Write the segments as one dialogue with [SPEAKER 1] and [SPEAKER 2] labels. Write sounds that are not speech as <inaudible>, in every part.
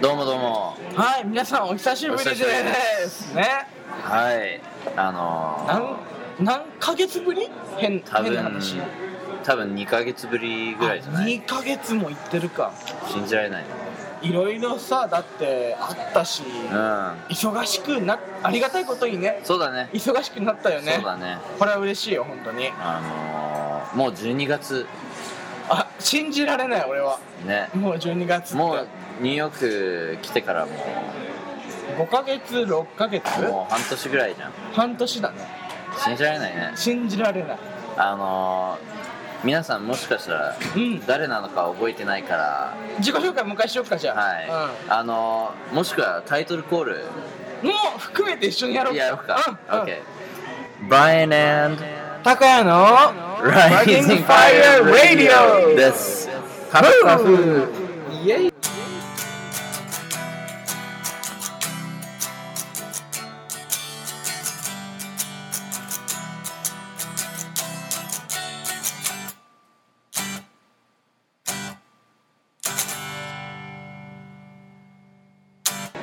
[SPEAKER 1] どうもどうも
[SPEAKER 2] はい、皆さんお久しぶりで。
[SPEAKER 1] お久しぶりです
[SPEAKER 2] ね。
[SPEAKER 1] はいあ
[SPEAKER 2] な
[SPEAKER 1] の
[SPEAKER 2] ん何ヶ月ぶり変
[SPEAKER 1] ー、多
[SPEAKER 2] 変な
[SPEAKER 1] 分
[SPEAKER 2] 話。
[SPEAKER 1] 多分2ヶ月ぶりぐらいじゃない
[SPEAKER 2] 2ヶ月も行ってるか。
[SPEAKER 1] 信じられない
[SPEAKER 2] いろいろさ、だってあったし、
[SPEAKER 1] うん
[SPEAKER 2] 忙しくな、ありがたいことにね、
[SPEAKER 1] そうだね
[SPEAKER 2] 忙しくなったよね。
[SPEAKER 1] そうだね
[SPEAKER 2] これは嬉しいよ、本当に。
[SPEAKER 1] あのー、もう12月
[SPEAKER 2] あ、信じられない、俺は。
[SPEAKER 1] ね
[SPEAKER 2] もう12月って。
[SPEAKER 1] もうニューヨーク来てからも
[SPEAKER 2] 5ヶ月、6ヶ月
[SPEAKER 1] うもう半年ぐらいじゃん
[SPEAKER 2] 半年だね。
[SPEAKER 1] 信じられないね
[SPEAKER 2] 信じられない。
[SPEAKER 1] あのー、皆さんもしかしたら
[SPEAKER 2] うん。
[SPEAKER 1] 誰なのか覚えてないから
[SPEAKER 2] 自己紹介もう一回しようか、じゃあ。
[SPEAKER 1] はい、あのー、もしくはタイトルコール
[SPEAKER 2] うん。もう含めて一緒にやろうか。
[SPEAKER 1] やろうか
[SPEAKER 2] うん。うん
[SPEAKER 1] OK Brian and
[SPEAKER 2] 高谷の
[SPEAKER 1] Rising Fire Radio ですカフカフ
[SPEAKER 2] イエイ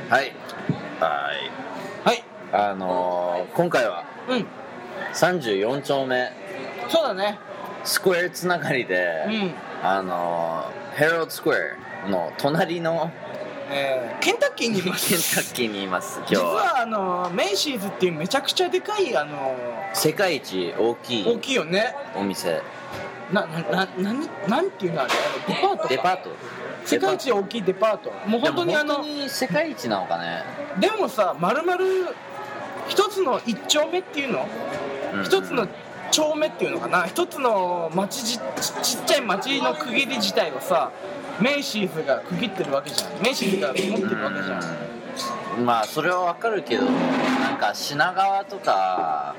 [SPEAKER 1] はいはい
[SPEAKER 2] はい
[SPEAKER 1] あのー、今回は
[SPEAKER 2] うん
[SPEAKER 1] 34丁目
[SPEAKER 2] そうだね
[SPEAKER 1] スクエアつながりで、
[SPEAKER 2] うん
[SPEAKER 1] あのー、ヘロードスクエアの隣の
[SPEAKER 2] えーケンタッキーにいま
[SPEAKER 1] ケン
[SPEAKER 2] す
[SPEAKER 1] タッキーにいます今日
[SPEAKER 2] 実
[SPEAKER 1] は
[SPEAKER 2] はあのメイシーズっていうめちゃくちゃでかいあの
[SPEAKER 1] 世界一大き
[SPEAKER 2] 大
[SPEAKER 1] い
[SPEAKER 2] きいよね
[SPEAKER 1] お店
[SPEAKER 2] ななな何なんていうのあれデパートか
[SPEAKER 1] デパート
[SPEAKER 2] 世界一大きいデパートもう
[SPEAKER 1] デパート
[SPEAKER 2] 本当にあ
[SPEAKER 1] でも
[SPEAKER 2] の
[SPEAKER 1] 本当に世界一なのかね
[SPEAKER 2] でもさ丸々一つの一丁目っていうの
[SPEAKER 1] うん
[SPEAKER 2] 一つの町目っていうのかな一つの町じちちっちゃい町の区切り自体をさメイシーズが区切ってるわけじゃんメイシーズが持ってるわけじゃん
[SPEAKER 1] うんまあそれはわかるけどなんか品川とか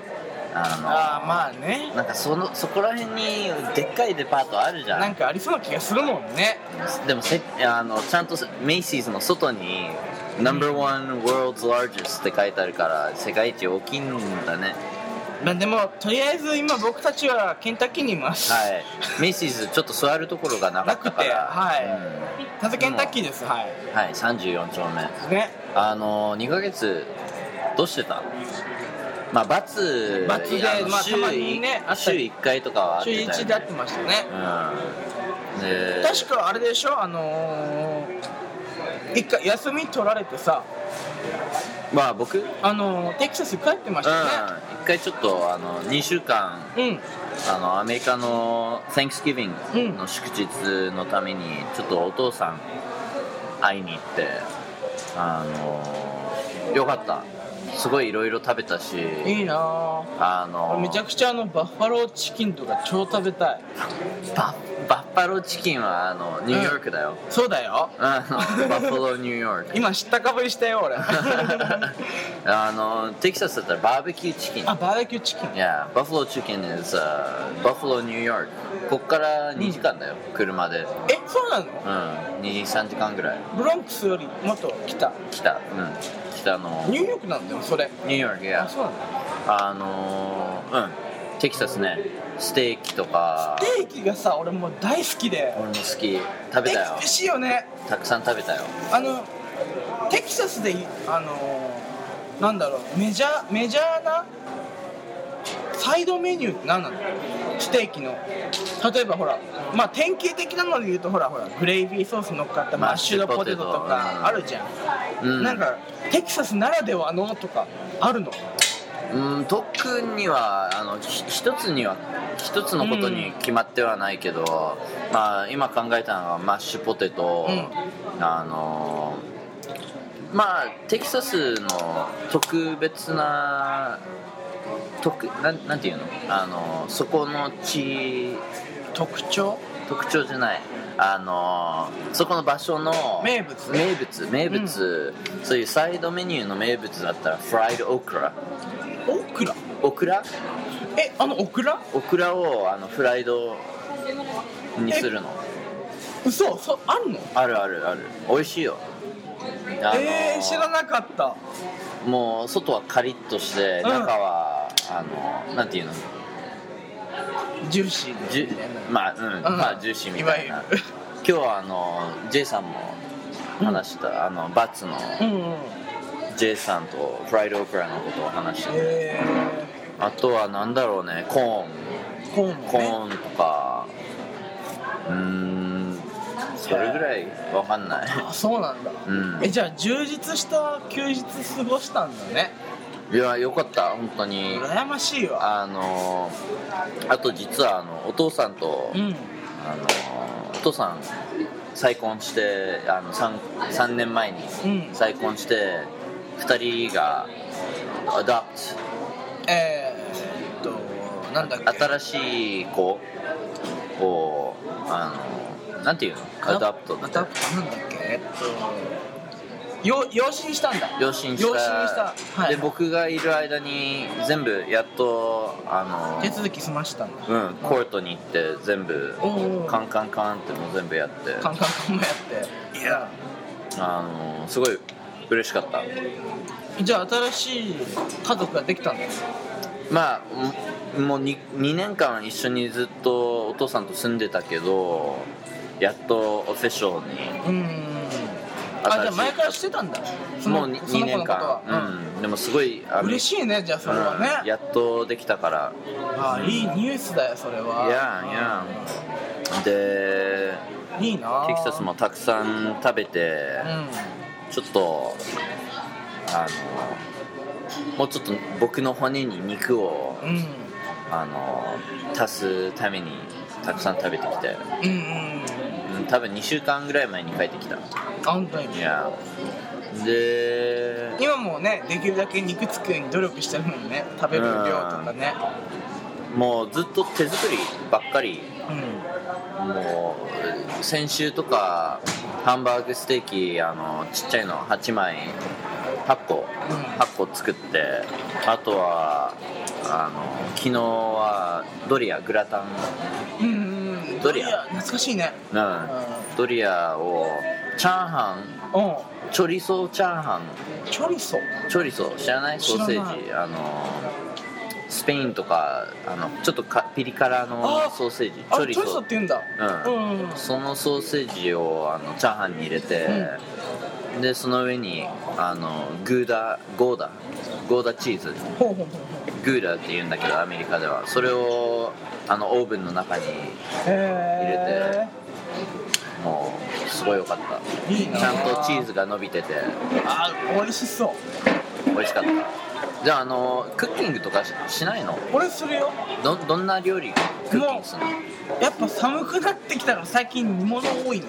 [SPEAKER 1] あ
[SPEAKER 2] ああまあね
[SPEAKER 1] のなんかそのそこら辺にでっかいデパートあるじゃん
[SPEAKER 2] なんかありそうな気がするもんね
[SPEAKER 1] でもせあのちゃんとメイシーズの外に Number one world's largest って書いてあるから世界一大きいんだね
[SPEAKER 2] まあでもとりあえず今僕たちはケンタッキーにいます
[SPEAKER 1] はいメイシーズちょっと座るところがなかったから
[SPEAKER 2] <laughs> なくてはいただケンタッキーですはい
[SPEAKER 1] うんはい34丁目
[SPEAKER 2] ね
[SPEAKER 1] あの2ヶ月どうしてたまあ罰
[SPEAKER 2] 罰で
[SPEAKER 1] あの
[SPEAKER 2] まあ
[SPEAKER 1] 週
[SPEAKER 2] たまにねあった
[SPEAKER 1] 週
[SPEAKER 2] り
[SPEAKER 1] 1回とかはあって
[SPEAKER 2] 週
[SPEAKER 1] たよ
[SPEAKER 2] 1で会ってましたね
[SPEAKER 1] うんで
[SPEAKER 2] 確かあれでしょあのー一回休み取られてさ
[SPEAKER 1] まあ僕うん
[SPEAKER 2] あのーテキサス帰ってましたね
[SPEAKER 1] 1回ちょっとあの2週間
[SPEAKER 2] うん
[SPEAKER 1] あのアメリカの Thanksgiving
[SPEAKER 2] ん
[SPEAKER 1] の祝日のためにちょっとお父さん会いに行ってあのよかったすごいいろいろ食べたし
[SPEAKER 2] いいなあ
[SPEAKER 1] あの
[SPEAKER 2] めちゃくちゃあのバッファローチキンとか超食べたい
[SPEAKER 1] ババッファローチキンはあのニューヨークだよ、
[SPEAKER 2] そうだよ
[SPEAKER 1] あのバッファローニューヨー <laughs> ク
[SPEAKER 2] 今知ったかぶりしたよ
[SPEAKER 1] <laughs>
[SPEAKER 2] 俺あ
[SPEAKER 1] あのテキサスだったらバーベキューチキン
[SPEAKER 2] バーベキューチキン
[SPEAKER 1] Yeah, Buffalo Chicken is、uh, Buffalo, New York こっから2時間だよ、車でうん
[SPEAKER 2] えそうなの
[SPEAKER 1] 2時3時間ぐらい
[SPEAKER 2] ブロンクスよりもっと北
[SPEAKER 1] 北うん北の
[SPEAKER 2] ニューヨークなんだよそれ
[SPEAKER 1] ニューヨーク
[SPEAKER 2] あ
[SPEAKER 1] や
[SPEAKER 2] そうなんだ
[SPEAKER 1] あのーうんテキサスねステーキとか
[SPEAKER 2] ステーキがさ俺もう大好きで
[SPEAKER 1] 俺も好き食べたよ
[SPEAKER 2] 美しいよね
[SPEAKER 1] たくさん食べたよ
[SPEAKER 2] あのテキサスでいあのーなんだろうメジャーメジャーなサイドメニューって何なのステーキの例えばほらまあ典型的なので言うとほらほらグレイビーソース乗っかったマッシュドポテトと
[SPEAKER 1] マッシュポテト
[SPEAKER 2] かあるじゃん、
[SPEAKER 1] うん
[SPEAKER 2] なんかテキサスならではのとかあるの
[SPEAKER 1] うん特にはあのひ一つには一つのことに決まってはないけど、まあ、今考えたのはマッシュポテト、あのまあテキサスの特別な特なんなんていうのあのそこの地
[SPEAKER 2] 特徴
[SPEAKER 1] 特徴じゃないあのそこの場所の
[SPEAKER 2] 名物
[SPEAKER 1] 名物名物、そういうサイドメニューの名物だったらフライドオクラ
[SPEAKER 2] オクラ
[SPEAKER 1] オクラ
[SPEAKER 2] えあのオクラ
[SPEAKER 1] オクラをあのフライドにするの
[SPEAKER 2] 嘘そあるの
[SPEAKER 1] あるあるある美味しいよあの
[SPEAKER 2] えー、知らなかった
[SPEAKER 1] もう外はカリッとして
[SPEAKER 2] うん
[SPEAKER 1] 中は、あのなんていうの
[SPEAKER 2] ジューシーで
[SPEAKER 1] ジュまあうん、
[SPEAKER 2] うん
[SPEAKER 1] まあジューシーみたい
[SPEAKER 2] いわ
[SPEAKER 1] な
[SPEAKER 2] ゆる
[SPEAKER 1] 今日はあの J さんも話してた、あのバツの
[SPEAKER 2] うんうん
[SPEAKER 1] J さんとフライドオクラのことを話してて、
[SPEAKER 2] え
[SPEAKER 1] あとはなんだろうねコーン
[SPEAKER 2] ー、コーンもね
[SPEAKER 1] コーンとかうーんそれぐらいわかんない
[SPEAKER 2] あそうなんだ、
[SPEAKER 1] うん
[SPEAKER 2] えじゃあ充実した休日過ごしたんだね
[SPEAKER 1] いやよかった本当に
[SPEAKER 2] 羨ましいわ
[SPEAKER 1] あのあと実はあのお父さんと、
[SPEAKER 2] うん
[SPEAKER 1] あのお父さん再婚してあの 3, 3年前に
[SPEAKER 2] うん
[SPEAKER 1] 再婚して、2人がアダプ
[SPEAKER 2] えー、っとなんだっけ
[SPEAKER 1] ト新しい子をあのなんていうのアダプト
[SPEAKER 2] アダプトなんだっけえっとよ養子にしたんだ
[SPEAKER 1] 養子にした
[SPEAKER 2] 養子にしたはい
[SPEAKER 1] で僕がいる間に全部やっとあ
[SPEAKER 2] 手
[SPEAKER 1] の
[SPEAKER 2] 続き済ましたんだ
[SPEAKER 1] うん、コートに行って全部
[SPEAKER 2] おうおう
[SPEAKER 1] カンカンカンってもう全部やって
[SPEAKER 2] カンカンカンもやっていや
[SPEAKER 1] あのすごい嬉しかった
[SPEAKER 2] じゃあ新しい家族ができたんだ
[SPEAKER 1] まあんもう 2, 2年間一緒にずっとお父さんと住んでたけどやっとオフィシャルに
[SPEAKER 2] うんあじゃあ前からしてたんだその
[SPEAKER 1] もうに
[SPEAKER 2] その
[SPEAKER 1] 2
[SPEAKER 2] 子の
[SPEAKER 1] 年
[SPEAKER 2] こと
[SPEAKER 1] 間
[SPEAKER 2] は、
[SPEAKER 1] うんでもすごいあの
[SPEAKER 2] 嬉しいねじゃあそれは
[SPEAKER 1] うん
[SPEAKER 2] ね、
[SPEAKER 1] やっとできたから
[SPEAKER 2] ああいいニュースだよそれはい
[SPEAKER 1] やいやで
[SPEAKER 2] いいな
[SPEAKER 1] テキサスもたくさん食べて
[SPEAKER 2] うん
[SPEAKER 1] ちょっとあのもうちょっと僕の骨に肉を
[SPEAKER 2] うん
[SPEAKER 1] あの足すためにたくさん食べてきて
[SPEAKER 2] うんうん
[SPEAKER 1] うん多分2週間ぐらい前に帰ってきた
[SPEAKER 2] あ本当に
[SPEAKER 1] いやで
[SPEAKER 2] 今もねできるだけ肉つくように努力してるもんね食べる量とかね
[SPEAKER 1] もうずっと手作りばっかり
[SPEAKER 2] うん
[SPEAKER 1] もう先週とかハンバーグステーキあのちっちゃいの8枚8個
[SPEAKER 2] うん
[SPEAKER 1] 8個作ってあとはあの昨日はドリアグラタン
[SPEAKER 2] うんうん
[SPEAKER 1] ドリア
[SPEAKER 2] 懐かしいね
[SPEAKER 1] うんドリアをチャーハン
[SPEAKER 2] うんうん
[SPEAKER 1] チョリソーチャーハン
[SPEAKER 2] チョリソ
[SPEAKER 1] チョリソー知らないソ
[SPEAKER 2] 知
[SPEAKER 1] ー
[SPEAKER 2] ら
[SPEAKER 1] セ
[SPEAKER 2] ない
[SPEAKER 1] ージあのスペインとかあのちょっとかピリ辛の
[SPEAKER 2] あ
[SPEAKER 1] ソーセージチョ
[SPEAKER 2] あチョ
[SPEAKER 1] リ
[SPEAKER 2] リ
[SPEAKER 1] ソ
[SPEAKER 2] ソ
[SPEAKER 1] ー
[SPEAKER 2] って言うんだ
[SPEAKER 1] うん
[SPEAKER 2] うんうん
[SPEAKER 1] そのソーセージをあのチャーハンに入れて、でその上にあのグーダゴーダゴーダチーズ
[SPEAKER 2] ほうほうほうほう
[SPEAKER 1] グーダって言うんだけどアメリカではそれをあのオーブンの中に
[SPEAKER 2] へ
[SPEAKER 1] もうすごい良かった
[SPEAKER 2] えいいな
[SPEAKER 1] ちゃんとチーズが伸びてて
[SPEAKER 2] あ美味しそう
[SPEAKER 1] 美味しかったじゃああのクッキングとかししないの
[SPEAKER 2] 俺するよ
[SPEAKER 1] どどんな料理クッキングするの
[SPEAKER 2] やっぱ寒くなってきたから最近煮物多いね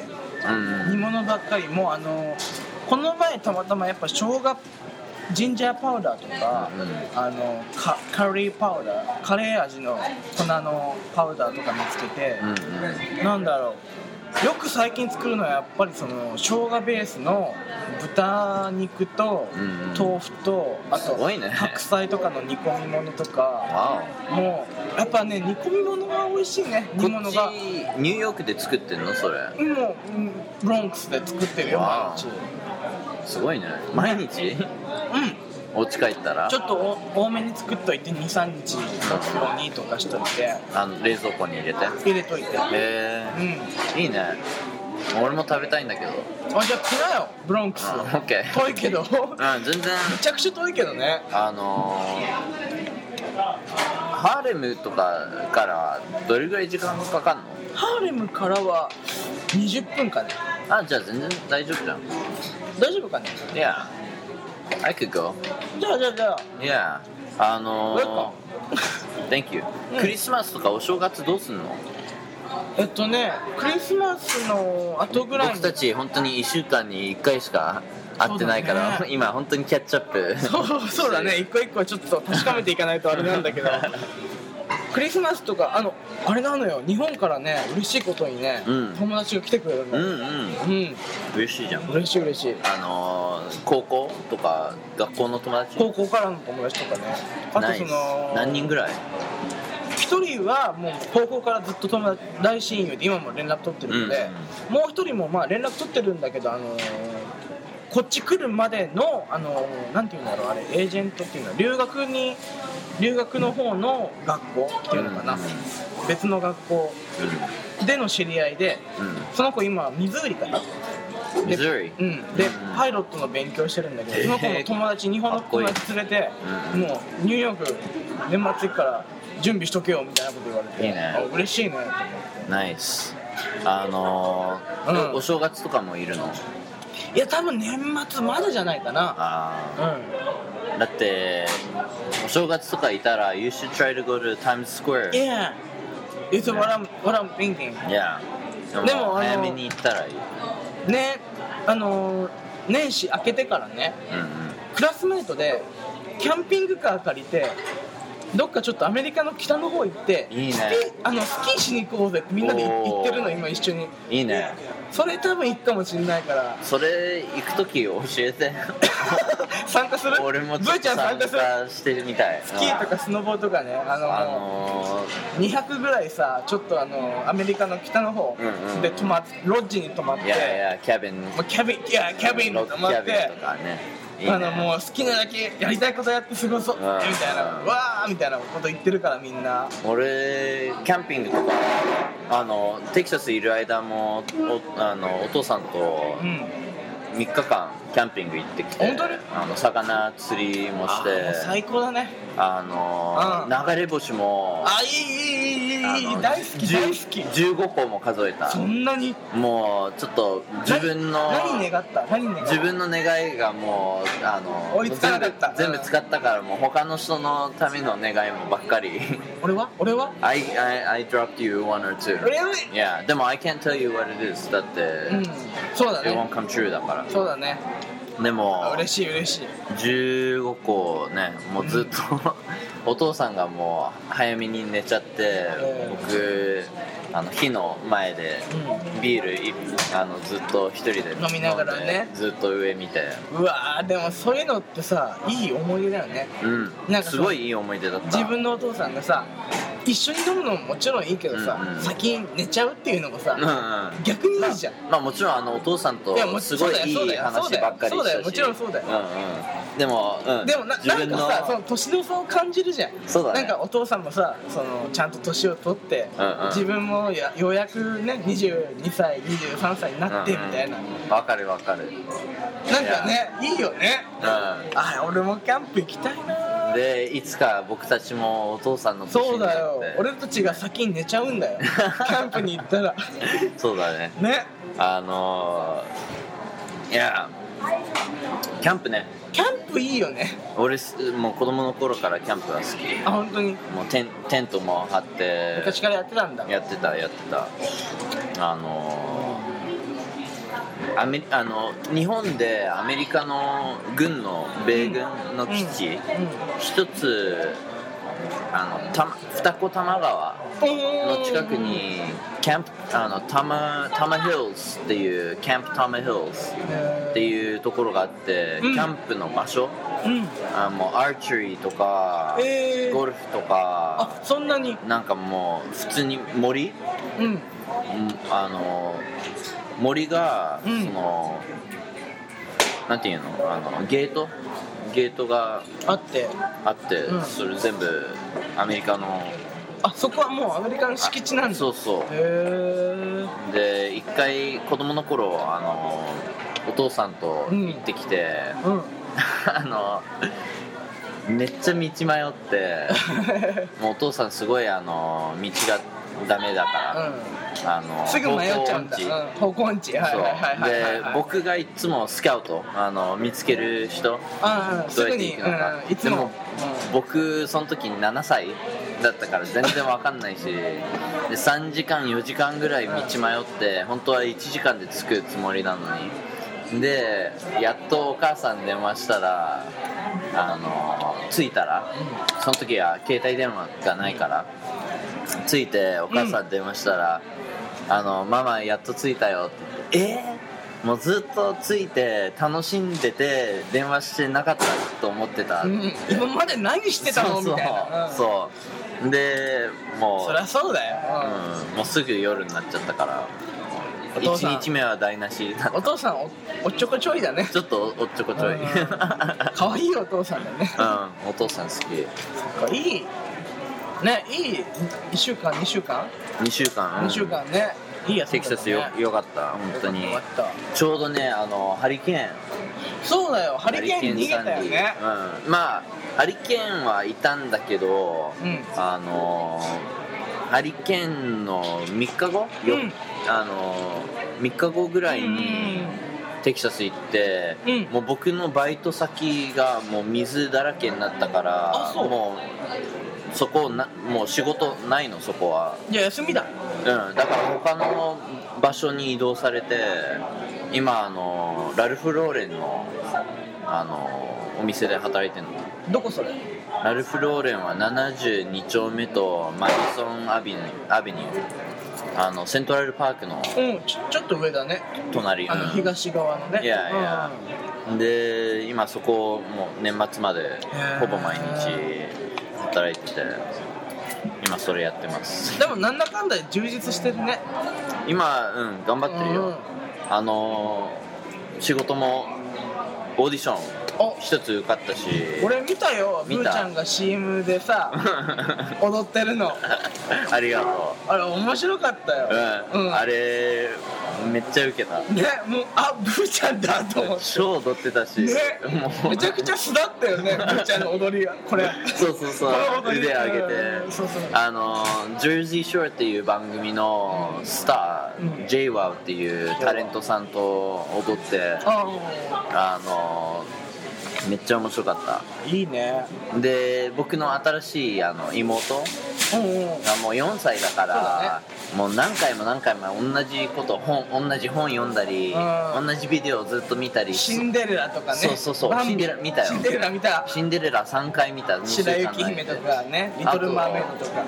[SPEAKER 1] うん
[SPEAKER 2] 煮物ばっかりもうあのこの前たまたまやっぱ生姜ジンジャーパウダーとか、
[SPEAKER 1] う
[SPEAKER 2] あのカカリーパウダーカレー味の粉のパウダーとか見つけて
[SPEAKER 1] うん、
[SPEAKER 2] なんだろうよく最近作るのはやっぱりその生姜ベースの豚肉と
[SPEAKER 1] うんうん
[SPEAKER 2] 豆腐とあ
[SPEAKER 1] す
[SPEAKER 2] と
[SPEAKER 1] ごいね
[SPEAKER 2] 白菜とかの煮込み物と
[SPEAKER 1] うん
[SPEAKER 2] か
[SPEAKER 1] わ
[SPEAKER 2] もうやっぱね煮込み物が美味しいね
[SPEAKER 1] おこ
[SPEAKER 2] 煮
[SPEAKER 1] っ
[SPEAKER 2] 物
[SPEAKER 1] ち
[SPEAKER 2] が。
[SPEAKER 1] ニューヨークで作ってんのそれ
[SPEAKER 2] もううんブロンクスで作ってるよ毎
[SPEAKER 1] わあ
[SPEAKER 2] 日
[SPEAKER 1] すごいね毎日
[SPEAKER 2] うん
[SPEAKER 1] お家帰ったら
[SPEAKER 2] ちょっとお多めに作っといて23日経つようにとかしといて
[SPEAKER 1] あの冷蔵庫に入れてへ
[SPEAKER 2] 入れといてうん
[SPEAKER 1] え
[SPEAKER 2] あ
[SPEAKER 1] いいね俺も食べたいんだけど
[SPEAKER 2] じゃあ来なよブロンクス
[SPEAKER 1] あオッケー
[SPEAKER 2] 遠いけどめ
[SPEAKER 1] うん全然
[SPEAKER 2] ちゃくちゃ遠いけどね
[SPEAKER 1] あのー、ハーレムとかからどれぐらい時間かかんの
[SPEAKER 2] ハーレムからは20分かね
[SPEAKER 1] あじゃあ全然大丈夫じゃん
[SPEAKER 2] 大丈夫かね
[SPEAKER 1] Yeah I could go
[SPEAKER 2] じゃあじゃあじゃあ
[SPEAKER 1] Yeah あ
[SPEAKER 2] ウェルカ
[SPEAKER 1] のー、Thank you、
[SPEAKER 2] うん
[SPEAKER 1] クリスマスとかお正月どうすんの
[SPEAKER 2] ムえっとねクリスマスの後ぐらい
[SPEAKER 1] 僕
[SPEAKER 2] に
[SPEAKER 1] たち本当に1週間に1回しか会ってないから、
[SPEAKER 2] そうだね
[SPEAKER 1] <laughs> 今本当にキャッチアップ
[SPEAKER 2] そうそうだね一個一個ちょっと確かめていかないとあれなんだ
[SPEAKER 1] <laughs>
[SPEAKER 2] けどクリスマスとかあのあれなのよ日本からね嬉しいことにね、
[SPEAKER 1] うん
[SPEAKER 2] 友達が来てくれる
[SPEAKER 1] う
[SPEAKER 2] の
[SPEAKER 1] んう
[SPEAKER 2] うん、
[SPEAKER 1] ん嬉しいじゃん
[SPEAKER 2] 嬉しい嬉しい
[SPEAKER 1] あのー、高校とか学校の友達
[SPEAKER 2] 高校からの友達とかねあと
[SPEAKER 1] ナイ
[SPEAKER 2] そ
[SPEAKER 1] ス
[SPEAKER 2] の
[SPEAKER 1] 何人ぐらい
[SPEAKER 2] 一人はもう高校からずっと友達大親友で今も連絡取ってるので、もう一人もまあ連絡取ってるんだけどあのーこっち来るまでの、あのーなんていうんだろうあれエージェントっていうのは留学に留学の方の学校っていうのかな、
[SPEAKER 1] うん
[SPEAKER 2] 別の学校での知り合いで
[SPEAKER 1] うん
[SPEAKER 2] その子今ミズーリかなで
[SPEAKER 1] Missouri
[SPEAKER 2] うん、で
[SPEAKER 1] うん
[SPEAKER 2] パイロットの勉強してるんだけど、
[SPEAKER 1] へえ
[SPEAKER 2] その子の友達日本の
[SPEAKER 1] かっこい
[SPEAKER 2] 友
[SPEAKER 1] い
[SPEAKER 2] 達連れて
[SPEAKER 1] うん
[SPEAKER 2] もうニューヨーク年末行くから準備しとけよみたいなこと言われて
[SPEAKER 1] いいね
[SPEAKER 2] あ嬉しいねと思って
[SPEAKER 1] ナイスあのー
[SPEAKER 2] うん
[SPEAKER 1] お正月とかもいるの
[SPEAKER 2] いや多分年末まだじゃないかな
[SPEAKER 1] あ
[SPEAKER 2] うん
[SPEAKER 1] ーだってお正月とかいたら You should try to go to Times Square
[SPEAKER 2] Yeah It's what I'm, what I'm thinking
[SPEAKER 1] Yeah
[SPEAKER 2] で
[SPEAKER 1] でも
[SPEAKER 2] もあの
[SPEAKER 1] 早めに行ったらいいうん
[SPEAKER 2] ねあのー年始明けてからねクラスメートでキャンピングカー借りてどっかちょっとアメリカの北の方行って
[SPEAKER 1] いいね
[SPEAKER 2] スキーあのスキーしに行こうぜってみんなでい
[SPEAKER 1] おー
[SPEAKER 2] 行ってるの今一緒
[SPEAKER 1] う
[SPEAKER 2] に
[SPEAKER 1] んいいね
[SPEAKER 2] それ多分行くかもしんないから
[SPEAKER 1] <laughs> それ行く時教えて
[SPEAKER 2] 参加する
[SPEAKER 1] 俺も
[SPEAKER 2] <laughs> ブーちゃん参加する
[SPEAKER 1] 参加してみたい
[SPEAKER 2] スキーとかスノボとかねあのー
[SPEAKER 1] あの
[SPEAKER 2] 200ぐらいさちょっとあのアメリカの北の方
[SPEAKER 1] うんうん
[SPEAKER 2] で泊まっロッジに泊まって
[SPEAKER 1] ーいやいやキャビン
[SPEAKER 2] もうキャビンいやキャビンに泊まっ
[SPEAKER 1] キャ
[SPEAKER 2] て
[SPEAKER 1] ビンとかねいいね
[SPEAKER 2] あのもう好きなだけやりたいことやって過ごそうみ
[SPEAKER 1] うん
[SPEAKER 2] たいなわーみたいなこと言ってるからみんな
[SPEAKER 1] 俺キャンピングとかあのテキサスいる間もおあのお父さんと
[SPEAKER 2] うん
[SPEAKER 1] 3日間キャンピング行ってきて
[SPEAKER 2] 本当に
[SPEAKER 1] あの魚釣りもし
[SPEAKER 2] あもう
[SPEAKER 1] て
[SPEAKER 2] 最高だね
[SPEAKER 1] あの、流れ星も
[SPEAKER 2] あいいいいいいい
[SPEAKER 1] あ
[SPEAKER 2] いい
[SPEAKER 1] の
[SPEAKER 2] 大好き
[SPEAKER 1] 10
[SPEAKER 2] 大好き
[SPEAKER 1] 15個も数えた
[SPEAKER 2] そんなに
[SPEAKER 1] もうちょっと自分の
[SPEAKER 2] 何何願った何願った
[SPEAKER 1] 自分の願いがもうあの
[SPEAKER 2] 追いつかなかった
[SPEAKER 1] 全部全部使ったからもう他の人のための願いもばっかり <laughs>
[SPEAKER 2] 俺は俺は
[SPEAKER 1] I, I, I dropped you one or two
[SPEAKER 2] 俺は
[SPEAKER 1] Yeah でも I can't tell you what it is だって、
[SPEAKER 2] うんそうだ
[SPEAKER 1] It
[SPEAKER 2] ね
[SPEAKER 1] won't come true だか
[SPEAKER 2] そうだね
[SPEAKER 1] らでも
[SPEAKER 2] あ嬉しい嬉しい
[SPEAKER 1] 15個ねもうずっと、
[SPEAKER 2] <laughs>
[SPEAKER 1] お父さんがもう早めに寝ちゃって
[SPEAKER 2] え
[SPEAKER 1] 僕あの火の前でビール一あのずっと一人で
[SPEAKER 2] 飲みながらね
[SPEAKER 1] 飲んでずっと上見て
[SPEAKER 2] うわーでもそういうのってさいい思い出だよね
[SPEAKER 1] うん
[SPEAKER 2] なんかそう
[SPEAKER 1] すごいいい思い出だった
[SPEAKER 2] 自分のお父さんがさ一緒に飲むのももちろんいいけどさ、
[SPEAKER 1] うんうん
[SPEAKER 2] 先に寝ちゃうっていうのもさ、
[SPEAKER 1] うんうん
[SPEAKER 2] 逆にいいじゃん、
[SPEAKER 1] まあもちろんあのお父さんと
[SPEAKER 2] いやもう
[SPEAKER 1] すごいい
[SPEAKER 2] そうだ
[SPEAKER 1] い
[SPEAKER 2] よそうだ
[SPEAKER 1] 話
[SPEAKER 2] よ
[SPEAKER 1] ばっかり
[SPEAKER 2] そう
[SPEAKER 1] し
[SPEAKER 2] だよ
[SPEAKER 1] たし
[SPEAKER 2] もちろんそうだよ
[SPEAKER 1] うんうんでもうん
[SPEAKER 2] でもな
[SPEAKER 1] 自
[SPEAKER 2] なん
[SPEAKER 1] 分
[SPEAKER 2] か
[SPEAKER 1] の
[SPEAKER 2] さその年の差を感じるじゃん
[SPEAKER 1] そうだね
[SPEAKER 2] なんかお父さんもさそのちゃんと年を取って、
[SPEAKER 1] うんうん
[SPEAKER 2] 自分もやようやくね22歳23歳になってみたいな、
[SPEAKER 1] うんうんわかるわかる
[SPEAKER 2] なんかねいいよね
[SPEAKER 1] うん
[SPEAKER 2] あ俺もキャンプ行きたいな
[SPEAKER 1] でいつか僕たちもお父さんの年
[SPEAKER 2] そう
[SPEAKER 1] になっ
[SPEAKER 2] だ
[SPEAKER 1] て
[SPEAKER 2] よ俺たちが先に寝ちゃうん
[SPEAKER 1] <laughs>
[SPEAKER 2] だよキャンプに行ったら
[SPEAKER 1] そうだね
[SPEAKER 2] ね
[SPEAKER 1] あのーいやキャンプね
[SPEAKER 2] キャンプいいよね
[SPEAKER 1] 俺すもう子供の頃からキャンプは好き
[SPEAKER 2] あ本当に
[SPEAKER 1] もうテンテントも張って
[SPEAKER 2] 昔からやってたんだ
[SPEAKER 1] やってたやってたあのーアメリあの日本でアメリカの軍の米軍の基地、一つあのた二子玉川
[SPEAKER 2] の
[SPEAKER 1] の近くにキャンプあのタマタマヒルズっていうキャンプタマヒルズっていうところがあって、
[SPEAKER 2] うん
[SPEAKER 1] キャンプの場所
[SPEAKER 2] うん
[SPEAKER 1] あもうアーチェリーとか、
[SPEAKER 2] えー
[SPEAKER 1] ゴルフとか
[SPEAKER 2] あそんなに
[SPEAKER 1] なんかもう普通に森うん
[SPEAKER 2] うん
[SPEAKER 1] あの森がそ
[SPEAKER 2] うん
[SPEAKER 1] の、なんていうのあのゲートゲートが
[SPEAKER 2] あって
[SPEAKER 1] あって、
[SPEAKER 2] うん
[SPEAKER 1] それ全部アメリカの
[SPEAKER 2] あそこはもうアメリカの敷地なんだ
[SPEAKER 1] そううそう
[SPEAKER 2] へえ
[SPEAKER 1] で一回子供の頃あのお父さんと行ってきて、 <laughs>
[SPEAKER 2] うん
[SPEAKER 1] あのめっちゃ道迷
[SPEAKER 2] <laughs>
[SPEAKER 1] ってもうお父さんすごいあの道がダメだから、あの
[SPEAKER 2] すぐ迷っちゃうんだ
[SPEAKER 1] 方向音痴
[SPEAKER 2] うん方向音痴はい
[SPEAKER 1] そう
[SPEAKER 2] はいはいはいはい
[SPEAKER 1] で僕がいつもスカウトあの見つける人
[SPEAKER 2] ああす
[SPEAKER 1] どうや
[SPEAKER 2] ぐ
[SPEAKER 1] って
[SPEAKER 2] に
[SPEAKER 1] 行くのか、
[SPEAKER 2] うんいつ
[SPEAKER 1] で
[SPEAKER 2] も
[SPEAKER 1] も僕その時7歳だったから全然わかんないしで3時間4時間ぐらい道迷って本当は1時間で着くつもりなのにでやっとお母さん電話したらあの着いたらその時は携帯電話がないから着いてお母さん電話したら「あのママやっと着いたよ」って言って「えーもうずっと着いて楽しんでて電話してなかったと思ってた」
[SPEAKER 2] うんうん今まで何してた
[SPEAKER 1] そ
[SPEAKER 2] の
[SPEAKER 1] うそ
[SPEAKER 2] み
[SPEAKER 1] う
[SPEAKER 2] たいなうん
[SPEAKER 1] そうでもう
[SPEAKER 2] そりゃそうだよ
[SPEAKER 1] うん、もうすぐ夜になっちゃったから
[SPEAKER 2] お父さん
[SPEAKER 1] 1日目は台無しだ
[SPEAKER 2] うんお父さんおおっちょこちょいだね
[SPEAKER 1] ちょっとおっちょこちょい、
[SPEAKER 2] う
[SPEAKER 1] うんん、
[SPEAKER 2] 可愛いお父さんだね
[SPEAKER 1] お父さん好き
[SPEAKER 2] いいねいい1週間2週間
[SPEAKER 1] 2週間、うん
[SPEAKER 2] 2週間ねいいやつ
[SPEAKER 1] テキサスよ
[SPEAKER 2] だね
[SPEAKER 1] よかった本当に
[SPEAKER 2] よかったよかっ
[SPEAKER 1] ちょうどねあのハリケーン
[SPEAKER 2] たそうだよハリケーンに逃げたよね
[SPEAKER 1] ハリケーンサンディうん、まあハリケーンはいたんだけど、
[SPEAKER 2] うん
[SPEAKER 1] あのーハリケーンの3日後、よ
[SPEAKER 2] うん
[SPEAKER 1] あのー、3日後ぐらいにテキサス行って、
[SPEAKER 2] うん
[SPEAKER 1] もう僕のバイト先がもう水だらけになったから
[SPEAKER 2] あそう
[SPEAKER 1] もうそこなもう仕事ないのそこは、
[SPEAKER 2] いや休みだ
[SPEAKER 1] うん、だから他の場所に移動されて今あのラルフ・ローレンのあのお店で働いてるの
[SPEAKER 2] どこそれ
[SPEAKER 1] ラルフ・ローレンは72丁目とマディソンアビニアビニューあのセントラルパークの
[SPEAKER 2] うんちょちょっと上だね
[SPEAKER 1] 隣
[SPEAKER 2] あの
[SPEAKER 1] うん
[SPEAKER 2] 東側のね
[SPEAKER 1] いやいや、で今そこをもう年末まで
[SPEAKER 2] ー
[SPEAKER 1] ほぼ毎日働いてて今それやってます
[SPEAKER 2] うんでもなんだかんだ充実してるね
[SPEAKER 1] 今うん頑張ってるよ、
[SPEAKER 2] うん
[SPEAKER 1] あのー仕事もオーディション
[SPEAKER 2] お
[SPEAKER 1] 一つ受かったし
[SPEAKER 2] 俺見たよブ
[SPEAKER 1] 見た
[SPEAKER 2] ーちゃんが CM でさ踊ってるの
[SPEAKER 1] <laughs> ありがと
[SPEAKER 2] あれ面白かったよ
[SPEAKER 1] う、うんあれめっちゃウケた
[SPEAKER 2] ねもうあブーちゃんだと思って
[SPEAKER 1] 超踊ってたし、
[SPEAKER 2] ね
[SPEAKER 1] もう
[SPEAKER 2] めちゃくちゃ素だったよねブーちゃんの踊りがこれ
[SPEAKER 1] そうそうそう
[SPEAKER 2] この踊り
[SPEAKER 1] 腕上げ
[SPEAKER 2] うん
[SPEAKER 1] て
[SPEAKER 2] そうそう
[SPEAKER 1] あの「ジェージー・ショー」っていう番組のスタ
[SPEAKER 2] う
[SPEAKER 1] ー
[SPEAKER 2] ん
[SPEAKER 1] j w o w っていうタレントさんと踊ってあ
[SPEAKER 2] あ
[SPEAKER 1] のめっちゃ面白かっ
[SPEAKER 2] あいいね
[SPEAKER 1] たで僕の新しいあの妹
[SPEAKER 2] うんうん
[SPEAKER 1] がもう4歳だからもう何回も何回も同じこと本同じ本読んだり
[SPEAKER 2] うん
[SPEAKER 1] 同じビデオをずっと見たり
[SPEAKER 2] シンデレラとかね
[SPEAKER 1] そうそうそう
[SPEAKER 2] バンビ
[SPEAKER 1] シンデレラ見たよ
[SPEAKER 2] シンデレラ見た
[SPEAKER 1] シンデレラ3回見た
[SPEAKER 2] 白雪姫とかねリトル・マーメイドとか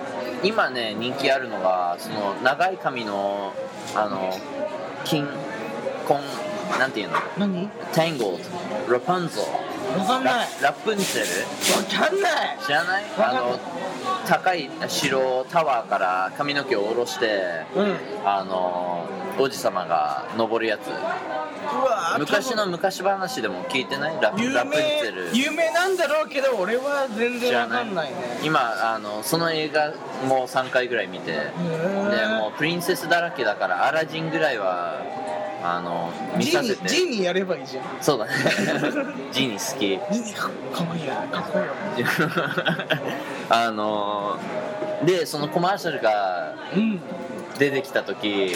[SPEAKER 1] 今ね人気あるのがその長い髪のあの金婚なんていうの
[SPEAKER 2] 何
[SPEAKER 1] タンゴーラパンゾ
[SPEAKER 2] わかん
[SPEAKER 1] ー
[SPEAKER 2] ないわ
[SPEAKER 1] ララプンツェル
[SPEAKER 2] かんない
[SPEAKER 1] 知らない
[SPEAKER 2] わか
[SPEAKER 1] あ
[SPEAKER 2] んない
[SPEAKER 1] の高い城タワーから髪の毛を下ろして
[SPEAKER 2] うんう
[SPEAKER 1] あの王子様が登るやつ
[SPEAKER 2] わ
[SPEAKER 1] 昔の
[SPEAKER 2] 多分
[SPEAKER 1] 昔話でも聞いてないラプラ
[SPEAKER 2] 有
[SPEAKER 1] プンツェル
[SPEAKER 2] 名有名なんだろうけど俺は全
[SPEAKER 1] 知
[SPEAKER 2] 然
[SPEAKER 1] ら
[SPEAKER 2] わ
[SPEAKER 1] な
[SPEAKER 2] か
[SPEAKER 1] い
[SPEAKER 2] んないね
[SPEAKER 1] 今あのその映画も3回ぐらい見てで
[SPEAKER 2] ー
[SPEAKER 1] もうプリンセスだらけだからアラジンぐらいはあの見
[SPEAKER 2] ジ
[SPEAKER 1] さ
[SPEAKER 2] ーニ
[SPEAKER 1] せ
[SPEAKER 2] ージー
[SPEAKER 1] て
[SPEAKER 2] ニーやればいいじゃん
[SPEAKER 1] そうだね <laughs> ジーニー好き <laughs>
[SPEAKER 2] ジーニーかかわいいやかっこいいよ
[SPEAKER 1] あのでそのコマーシャルが
[SPEAKER 2] うん
[SPEAKER 1] 出てきた時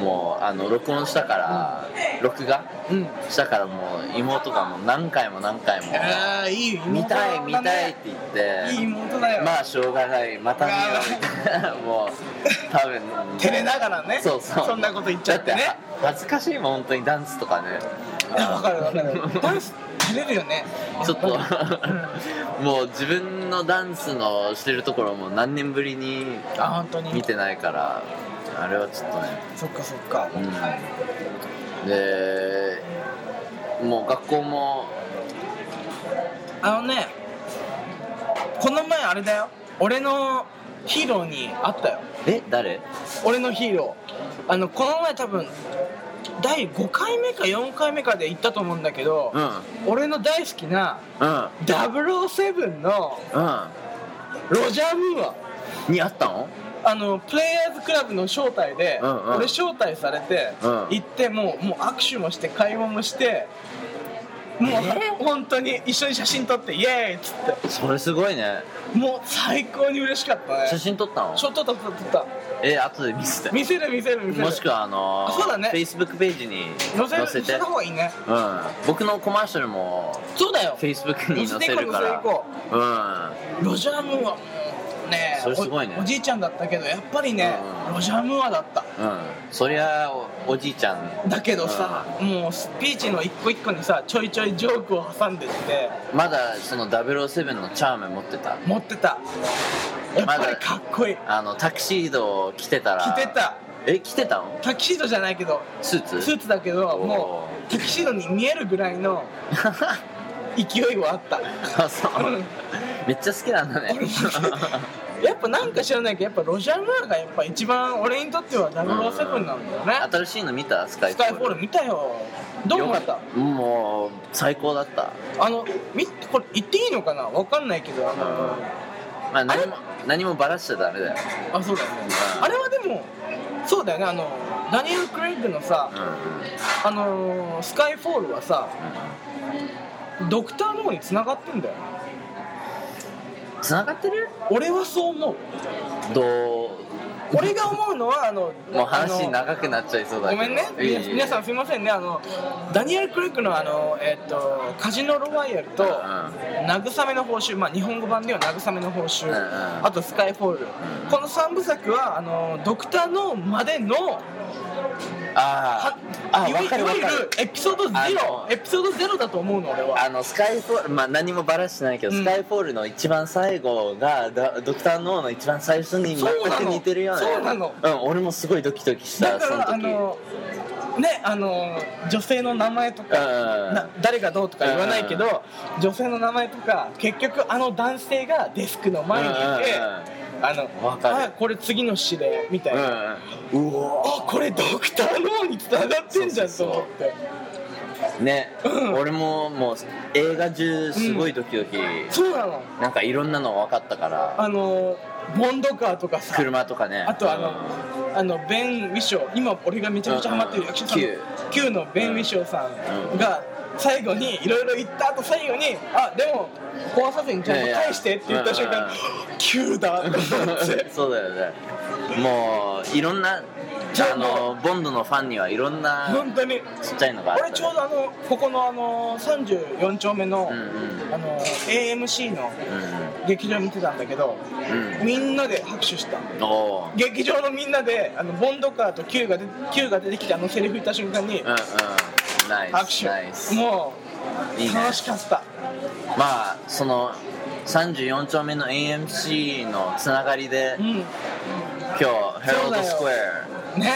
[SPEAKER 1] もうあの録音したから録画
[SPEAKER 2] うん
[SPEAKER 1] したからもう妹がもう何回も何回も
[SPEAKER 2] ああいい妹
[SPEAKER 1] 見たい
[SPEAKER 2] だね
[SPEAKER 1] 見たいって言って
[SPEAKER 2] いい妹だよ
[SPEAKER 1] まあしょうがないまた見ようみたい
[SPEAKER 2] <laughs>
[SPEAKER 1] なもう多分
[SPEAKER 2] 照れながらね
[SPEAKER 1] そうそう
[SPEAKER 2] <laughs> そんなこと言っちゃって
[SPEAKER 1] だ
[SPEAKER 2] ね
[SPEAKER 1] は恥ずかしいもん本当にダンスとかね
[SPEAKER 2] いやわかるわか
[SPEAKER 1] <laughs>
[SPEAKER 2] るダンス照れるよね
[SPEAKER 1] ちょっと
[SPEAKER 2] やぱりうんあ
[SPEAKER 1] <laughs> もう自分のダンスのしてるところも何年ぶりに
[SPEAKER 2] 本当に
[SPEAKER 1] 見てないからあれはちょっとね
[SPEAKER 2] そっかそっか
[SPEAKER 1] うんでもう学校も
[SPEAKER 2] あのねこの前あれだよ俺のヒーローに会ったよ
[SPEAKER 1] え誰
[SPEAKER 2] 俺のヒーローあのこの前多分第5回目か4回目かで行ったと思うんだけど、
[SPEAKER 1] うんうん
[SPEAKER 2] 俺の大好きな007の
[SPEAKER 1] う
[SPEAKER 2] ロジャー・ムーア
[SPEAKER 1] んにあったの
[SPEAKER 2] あのプレイヤーズクラブの招待で、
[SPEAKER 1] うんうん
[SPEAKER 2] 俺招待されて、
[SPEAKER 1] うん
[SPEAKER 2] 行ってもうもう握手もして会話もしてもう、本当に一緒に写真撮ってイエーイっつっ
[SPEAKER 1] それすごいね
[SPEAKER 2] てもう最高に嬉しかったね
[SPEAKER 1] 写真撮ったの
[SPEAKER 2] ちょっと撮った撮った
[SPEAKER 1] え後で見せて
[SPEAKER 2] 見せる見せる見せる
[SPEAKER 1] もしくはあの
[SPEAKER 2] あそうだね
[SPEAKER 1] Facebook ページに
[SPEAKER 2] 載せる
[SPEAKER 1] 載せ
[SPEAKER 2] 載せ
[SPEAKER 1] て
[SPEAKER 2] た方がいいね
[SPEAKER 1] うん、僕のコマーシャルも
[SPEAKER 2] そうだよ
[SPEAKER 1] <laughs> Facebook に載せるか
[SPEAKER 2] 載
[SPEAKER 1] ら
[SPEAKER 2] せていこ
[SPEAKER 1] う
[SPEAKER 2] ロジャー・ムーアもうね
[SPEAKER 1] それすごいね
[SPEAKER 2] おおじいちゃんだったけどやっぱりね
[SPEAKER 1] うん
[SPEAKER 2] ロジャー・ムーアだった
[SPEAKER 1] んうんそりゃおおじいちゃん
[SPEAKER 2] だけどさもうスピーチの一個一個にさちょいちょいジョークを挟んでって
[SPEAKER 1] まだその007のチャーム持ってた
[SPEAKER 2] 持ってたやっぱりかっこいい
[SPEAKER 1] あのタキシードを着てたら
[SPEAKER 2] 着てた
[SPEAKER 1] え着てたの
[SPEAKER 2] タキシードじゃないけど
[SPEAKER 1] スーツ
[SPEAKER 2] スーツだけど
[SPEAKER 1] おー
[SPEAKER 2] もうタキシードに見えるぐらいの勢いはあった
[SPEAKER 1] あそう、
[SPEAKER 2] うん
[SPEAKER 1] めっちゃ好きなんだね
[SPEAKER 2] <laughs> やっぱなんか知らないけどやっぱロジャー・ムーアがやっぱ一番俺にとっては007なんだよね
[SPEAKER 1] 新しいの見たスカイ
[SPEAKER 2] スカイフォール見たよどう思っ
[SPEAKER 1] よ
[SPEAKER 2] た
[SPEAKER 1] かったもう最高だった
[SPEAKER 2] あのみこれ言っていいのかなわかんないけどあの、
[SPEAKER 1] まあ、何も何もばらしちゃダメだよ、
[SPEAKER 2] あそうだよねあれはでもそうだよねあのダニエル・クレイグのさ
[SPEAKER 1] うんうん
[SPEAKER 2] あのースカイフォールはさドクター・ノーに繋がってんだよね
[SPEAKER 1] うん、繋がってる
[SPEAKER 2] 俺はそう思う
[SPEAKER 1] どう
[SPEAKER 2] 俺が思うのはあの
[SPEAKER 1] もう話
[SPEAKER 2] あの
[SPEAKER 1] 長くなっちゃいそうだけ
[SPEAKER 2] ご
[SPEAKER 1] ど
[SPEAKER 2] めんね、
[SPEAKER 1] いえいえ
[SPEAKER 2] 皆さんすいませんね、あのダニエル・クレイクのあの、えっとカジノ・ロワイヤルと、慰めの報酬、まあ、日本語版では慰めの報酬、
[SPEAKER 1] うんうん
[SPEAKER 2] あとスカイフォール、この3部作はあのドクター・ノーまでの
[SPEAKER 1] あ
[SPEAKER 2] は
[SPEAKER 1] ーあ
[SPEAKER 2] いわ
[SPEAKER 1] 分か
[SPEAKER 2] い
[SPEAKER 1] る
[SPEAKER 2] わ
[SPEAKER 1] 分
[SPEAKER 2] ゆ
[SPEAKER 1] か
[SPEAKER 2] る
[SPEAKER 1] る
[SPEAKER 2] エピソード
[SPEAKER 1] あの
[SPEAKER 2] 0、エピソード0だと思うの、俺は。
[SPEAKER 1] あのスカイフォール、まあ、何もばらしてないけど、
[SPEAKER 2] う
[SPEAKER 1] ス
[SPEAKER 2] ん
[SPEAKER 1] カイフォールの一番最後がだドクター・ノーの一番最初に全
[SPEAKER 2] そうな
[SPEAKER 1] く
[SPEAKER 2] の
[SPEAKER 1] 似てるよね
[SPEAKER 2] そうなの
[SPEAKER 1] うん、俺もすごいドキドキした
[SPEAKER 2] だから
[SPEAKER 1] その
[SPEAKER 2] あ
[SPEAKER 1] 時
[SPEAKER 2] のねあの女性の名前と
[SPEAKER 1] うんう
[SPEAKER 2] か
[SPEAKER 1] ん
[SPEAKER 2] な誰がどうとか言わないけ
[SPEAKER 1] うんうん
[SPEAKER 2] ど女性の名前とか結局あの男性がデスクの前にいて
[SPEAKER 1] うんうん
[SPEAKER 2] あの
[SPEAKER 1] わかる
[SPEAKER 2] あこれ次の詩でみたいな、あ
[SPEAKER 1] うんうんうお
[SPEAKER 2] これドクター・ノーに繋がってんじゃんと
[SPEAKER 1] そうそうそう
[SPEAKER 2] 思って
[SPEAKER 1] ね、
[SPEAKER 2] うん
[SPEAKER 1] 俺ももう映画中すごいドキドキ、
[SPEAKER 2] そうなの
[SPEAKER 1] なんかいろんなの分かったから
[SPEAKER 2] あのボンドカーとかさ
[SPEAKER 1] 車とかね
[SPEAKER 2] あとあの、あのベン・ウィショー今俺がめちゃめちゃハマってる役者さんの
[SPEAKER 1] うん
[SPEAKER 2] Q のベン・ウィショーさ
[SPEAKER 1] うんん
[SPEAKER 2] が最後にいろいろ言った後最後に「あでも壊さずにちゃんと返して」って言った瞬
[SPEAKER 1] う
[SPEAKER 2] 間
[SPEAKER 1] ん
[SPEAKER 2] 「Q だ」と思っ <laughs> て
[SPEAKER 1] <laughs> そうだよねもういろんな
[SPEAKER 2] じゃあ
[SPEAKER 1] あのボンドのファンにはいろんな
[SPEAKER 2] 本当に
[SPEAKER 1] ちっちゃいのがあったね
[SPEAKER 2] 俺ちょうどあのここのあの34丁目の,、
[SPEAKER 1] うんうん
[SPEAKER 2] あの AMC の
[SPEAKER 1] う
[SPEAKER 2] 劇場見てたんだけど、
[SPEAKER 1] う
[SPEAKER 2] みんなで拍手した。
[SPEAKER 1] んおー
[SPEAKER 2] 劇場のみんなであのボンドカーと Q が出 Q が出てきてあのセリフ言った瞬間に
[SPEAKER 1] うんうんナイス
[SPEAKER 2] 拍手
[SPEAKER 1] ナイス
[SPEAKER 2] もう
[SPEAKER 1] いいね
[SPEAKER 2] 楽しかった
[SPEAKER 1] まあその34丁目の AMC のつながりで、
[SPEAKER 2] うん
[SPEAKER 1] 今日ヘロルドスクエ
[SPEAKER 2] ね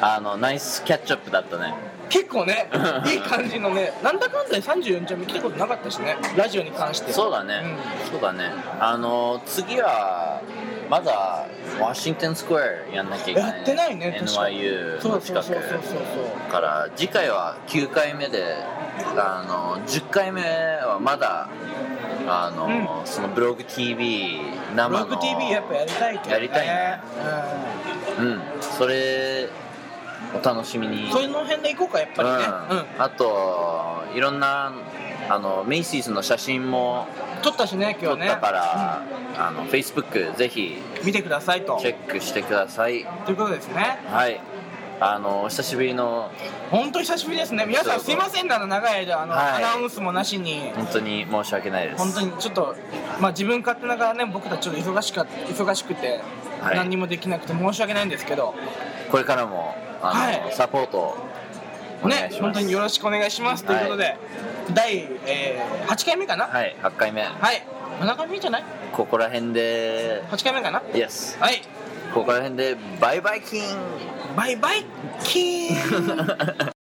[SPEAKER 1] アあのナイスキャッチアップだったね
[SPEAKER 2] 結
[SPEAKER 1] <laughs>
[SPEAKER 2] 構ねいい感じのねなんだかんだで34丁目来たことなかったしねラジオに関して
[SPEAKER 1] そうだね、そうだねあの次はまだワシントンスクエアやんなきゃいけない、
[SPEAKER 2] やってないね確かに
[SPEAKER 1] NYU
[SPEAKER 2] そ
[SPEAKER 1] の
[SPEAKER 2] うそ
[SPEAKER 1] 近
[SPEAKER 2] うそうそうそう
[SPEAKER 1] くだから次回は9回目であの10回目はまだあの、そのブログ TV
[SPEAKER 2] ブ
[SPEAKER 1] 生の
[SPEAKER 2] ログ TV やっぱやりたいけど、ね、
[SPEAKER 1] やりたいね
[SPEAKER 2] うん
[SPEAKER 1] うんそれお楽しみに
[SPEAKER 2] そういうの辺でいこうかやっぱりね、
[SPEAKER 1] うんあといろんなあのメイシーズの写真も
[SPEAKER 2] うん撮ったしね今
[SPEAKER 1] 撮
[SPEAKER 2] 日
[SPEAKER 1] っ
[SPEAKER 2] ね
[SPEAKER 1] たから、あの Facebook ぜひ
[SPEAKER 2] 見てくださいと
[SPEAKER 1] チェックしてください
[SPEAKER 2] ということですね
[SPEAKER 1] はいあのお久しぶりの
[SPEAKER 2] 本当久しぶりですね皆さんすいませんねあの長い間あの、
[SPEAKER 1] はい
[SPEAKER 2] アナウンスもなしに
[SPEAKER 1] 本当に申し訳ないです
[SPEAKER 2] 本当にちょっと、まあ、自分勝手ながらね僕たちちょっと忙しか忙しくて、
[SPEAKER 1] はい
[SPEAKER 2] 何にもできなくて申し訳ないんですけど
[SPEAKER 1] これからもあの、
[SPEAKER 2] はい
[SPEAKER 1] サポートをお願
[SPEAKER 2] ね
[SPEAKER 1] いし
[SPEAKER 2] 本
[SPEAKER 1] ま
[SPEAKER 2] 当
[SPEAKER 1] す、
[SPEAKER 2] によろしくお願いしますということで、第、えー8回目かなはい、
[SPEAKER 1] はい8回目
[SPEAKER 2] お腹見えじゃない
[SPEAKER 1] ここら辺で
[SPEAKER 2] ?8 回目かな
[SPEAKER 1] Yes
[SPEAKER 2] はい
[SPEAKER 1] ここら辺でバイバイキン
[SPEAKER 2] バイバイキーン
[SPEAKER 1] グ